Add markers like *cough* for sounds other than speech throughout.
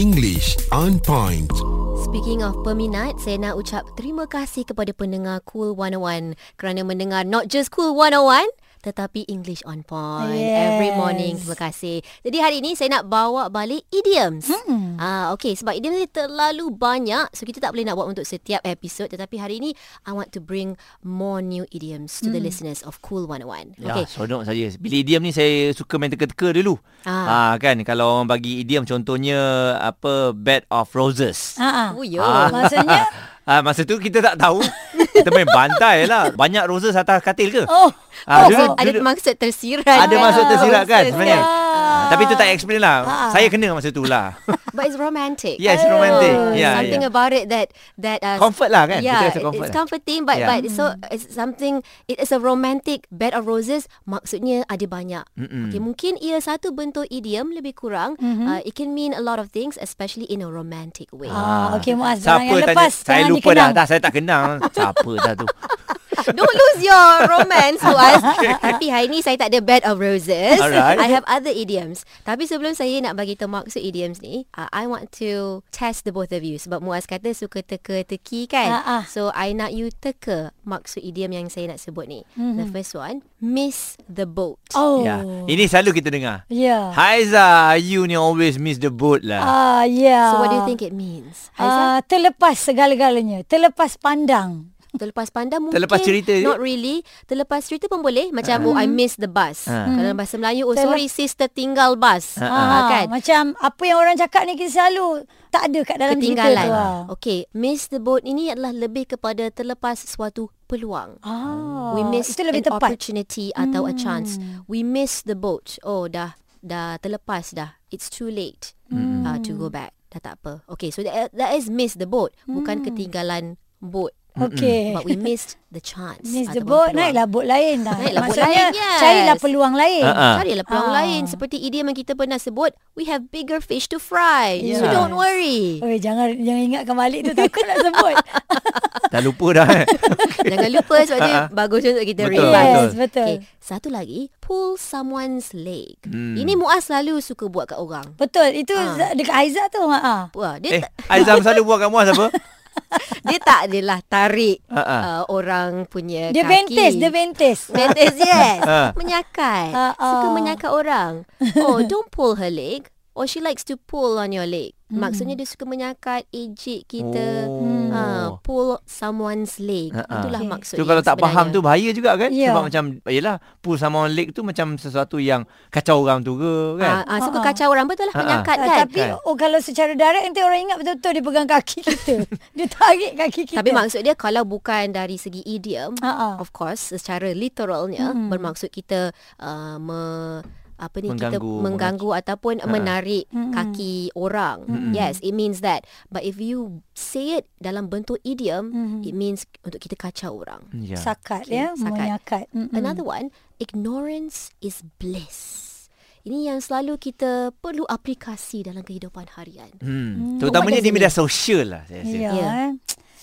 English on point. Speaking of peminat, saya nak ucap terima kasih kepada pendengar Cool 101 kerana mendengar not just Cool 101 tetapi English on point Yes. every morning. Terima kasih. Jadi hari ini saya nak bawa balik idioms. Hmm. Ah okey sebab idioms ni terlalu banyak so kita tak boleh nak buat untuk setiap episod tetapi hari ini I want to bring more new idioms to the listeners of Cool 101. Ya, Okay. okay. seronok saya. Bila idiom ni saya suka main teka-teka dulu. Ah. Ah. Ha, kan kalau orang bagi idiom contohnya apa bed of roses. Ha. Oh yo. Ah. Maksudnya Ah, masa tu kita tak tahu. kita main bantai lah. Banyak roses atas katil ke? oh Oh, Ah, so dulu- ada dulu- maksud tersirat. Ada kan? maksud tersirat kan Maksud- sebenarnya. Ah. Tapi tu tak explain lah. Ah. Saya kena masa tu *laughs* lah. But it's romantic. Oh, Yes, it's romantic. Yeah, something yeah. about it that that uh, Comfort lah kan? Ya, Yeah, Kita rasa it- comfort it's lah. comforting, but Yeah. but so it's something. It is a romantic bed of roses. Maksudnya ada banyak. Mm-mm. Okay, mungkin ia satu bentuk idiom lebih kurang. Mm-hmm. Uh, it can mean a lot of things, especially in a romantic way. Ah, okey Muaz, Siapa jangan yang tanya- lepas, Saya jangan lupa dikenang. dah. Dah saya tak kenang. Siapa dah tu? Don't lose your romance to us. *laughs* Tapi hari ni saya tak ada bed of roses. Alright. I have other idioms. Tapi sebelum saya nak bagi tahu maksud idioms ni, uh, I want to test the both of you. Sebab Muaz kata suka teka-teki kan? Ah, ah. So, I nak you teka maksud idiom yang saya nak sebut ni. Mm-hmm. The first one, miss the boat. *laughs* Mhm. Oh. Ya. Ha. Ini selalu kita dengar. Ya. Haiza, you ni always miss the boat lah. Ah, ya. So, what do you think it means? Haizal? Ah, terlepas segala-galanya, terlepas pandang. Terlepas pandang mungkin Terlepas cerita je. Not really Terlepas cerita pun boleh Macam oh I miss the bus Ah. Kalau dalam bahasa Melayu Oh Terlep- sorry sis tertinggal bus Ah, Ah, kan Macam apa yang orang cakap ni kita selalu tak ada kat dalam ketinggalan. Oh. cerita tu. ah. Okey, miss the boat ini adalah lebih kepada terlepas suatu peluang. Ah, We miss itu lebih an tepat. Hmm. opportunity atau a chance. We miss the boat. Oh dah dah terlepas dah. It's too late Hmm. uh, to go back. Dah tak apa. Okay, so that, that is miss the boat, bukan Hmm. ketinggalan boat. Okey. But we missed the chance. Eh. *laughs* Miss the ataupun boat, peluang. naiklah boat lain dah. Naiklah boat Maksudnya, lain, yes. carilah peluang lain. Ah, ah. Carilah peluang Ah. lain Seperti idiom yang kita pernah sebut We have bigger fish to fry So Yes. don't worry *laughs* Oi, jangan jangan ingatkan balik tu takut nak sebut. *laughs* Dah lupa dah *laughs* eh. Jangan lupa sebab dia bagus untuk kita Ah, Betul, revise. yes, betul. Okay, satu lagi, pull someone's leg. Hmm. Ini Muaz selalu suka buat kat orang. Betul, itu Ah. dekat Aizah tu. Ha. ah. Wah, dia eh. Eh, Aizam selalu buat kat Muaz apa? dia tak *laughs* adalah tarik Ha, Ah. ha. uh, orang punya Dia kaki. bentis, dia *laughs* bentis. Bentis, *laughs* yes. Ha. Menyakai. Ha, ha. Suka menyakai *laughs* orang. Oh, don't pull her leg. Or she likes to pull on your leg. Hmm. Maksudnya dia suka menyakat, ejek kita. Oh. Ah, pull someone's leg. Ha, ha. Itulah Okay. maksudnya Tu kalau tak sebenarnya. faham tu bahaya juga kan? Ya. Sebab macam yelah pull sama on leg tu macam sesuatu yang kacau orang tu ke kan? Ah, ah, suka Ha, ha. kacau orang betul lah Ha, ha. menyakat Ah, kan. Tapi Kan? oh, kalau secara direct nanti orang ingat betul-betul dia pegang kaki *laughs* kita. dia tarik kaki kita. Tapi Oh, maksud dia kalau bukan dari segi idiom, Ha, ha. of course secara literalnya hmm. bermaksud kita uh, me, apa ni kita Mengganggu, mengganggu ataupun menarik kaki orang. Yes, it means that. But if you say it dalam bentuk idiom, it means untuk kita kacau orang. Ya. sakat Okay, ya, sakat. menyakat. Mm-mm. Another one, ignorance is bliss. Ini yang selalu kita perlu aplikasi dalam kehidupan harian. Hmm. Terutamanya di sini. media sosial lah saya rasa. Ya. Ya. eh.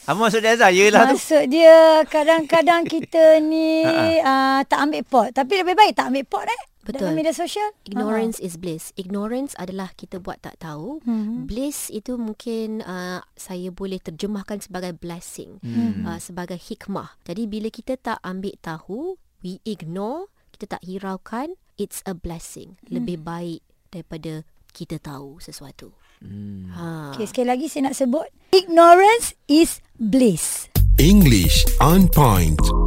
Apa maksud dia Aizah? Yelah tu. Ha, Maksud dia kadang-kadang *laughs* kita ni uh, tak ambil pot. Tapi lebih baik tak ambil pot eh. Betul. Dalam media sosial. Ha, Ignorance is bliss. Ignorance adalah kita buat tak tahu. Mm-hmm. Bliss itu mungkin uh, saya boleh terjemahkan sebagai blessing, mm. uh, sebagai hikmah. Jadi bila kita tak ambil tahu, we ignore, kita tak hiraukan, it's a blessing. Lebih baik daripada kita tahu sesuatu. Mm. Ha. Ha. Okay, sekali lagi saya nak sebut. Ignorance is bliss. English on point.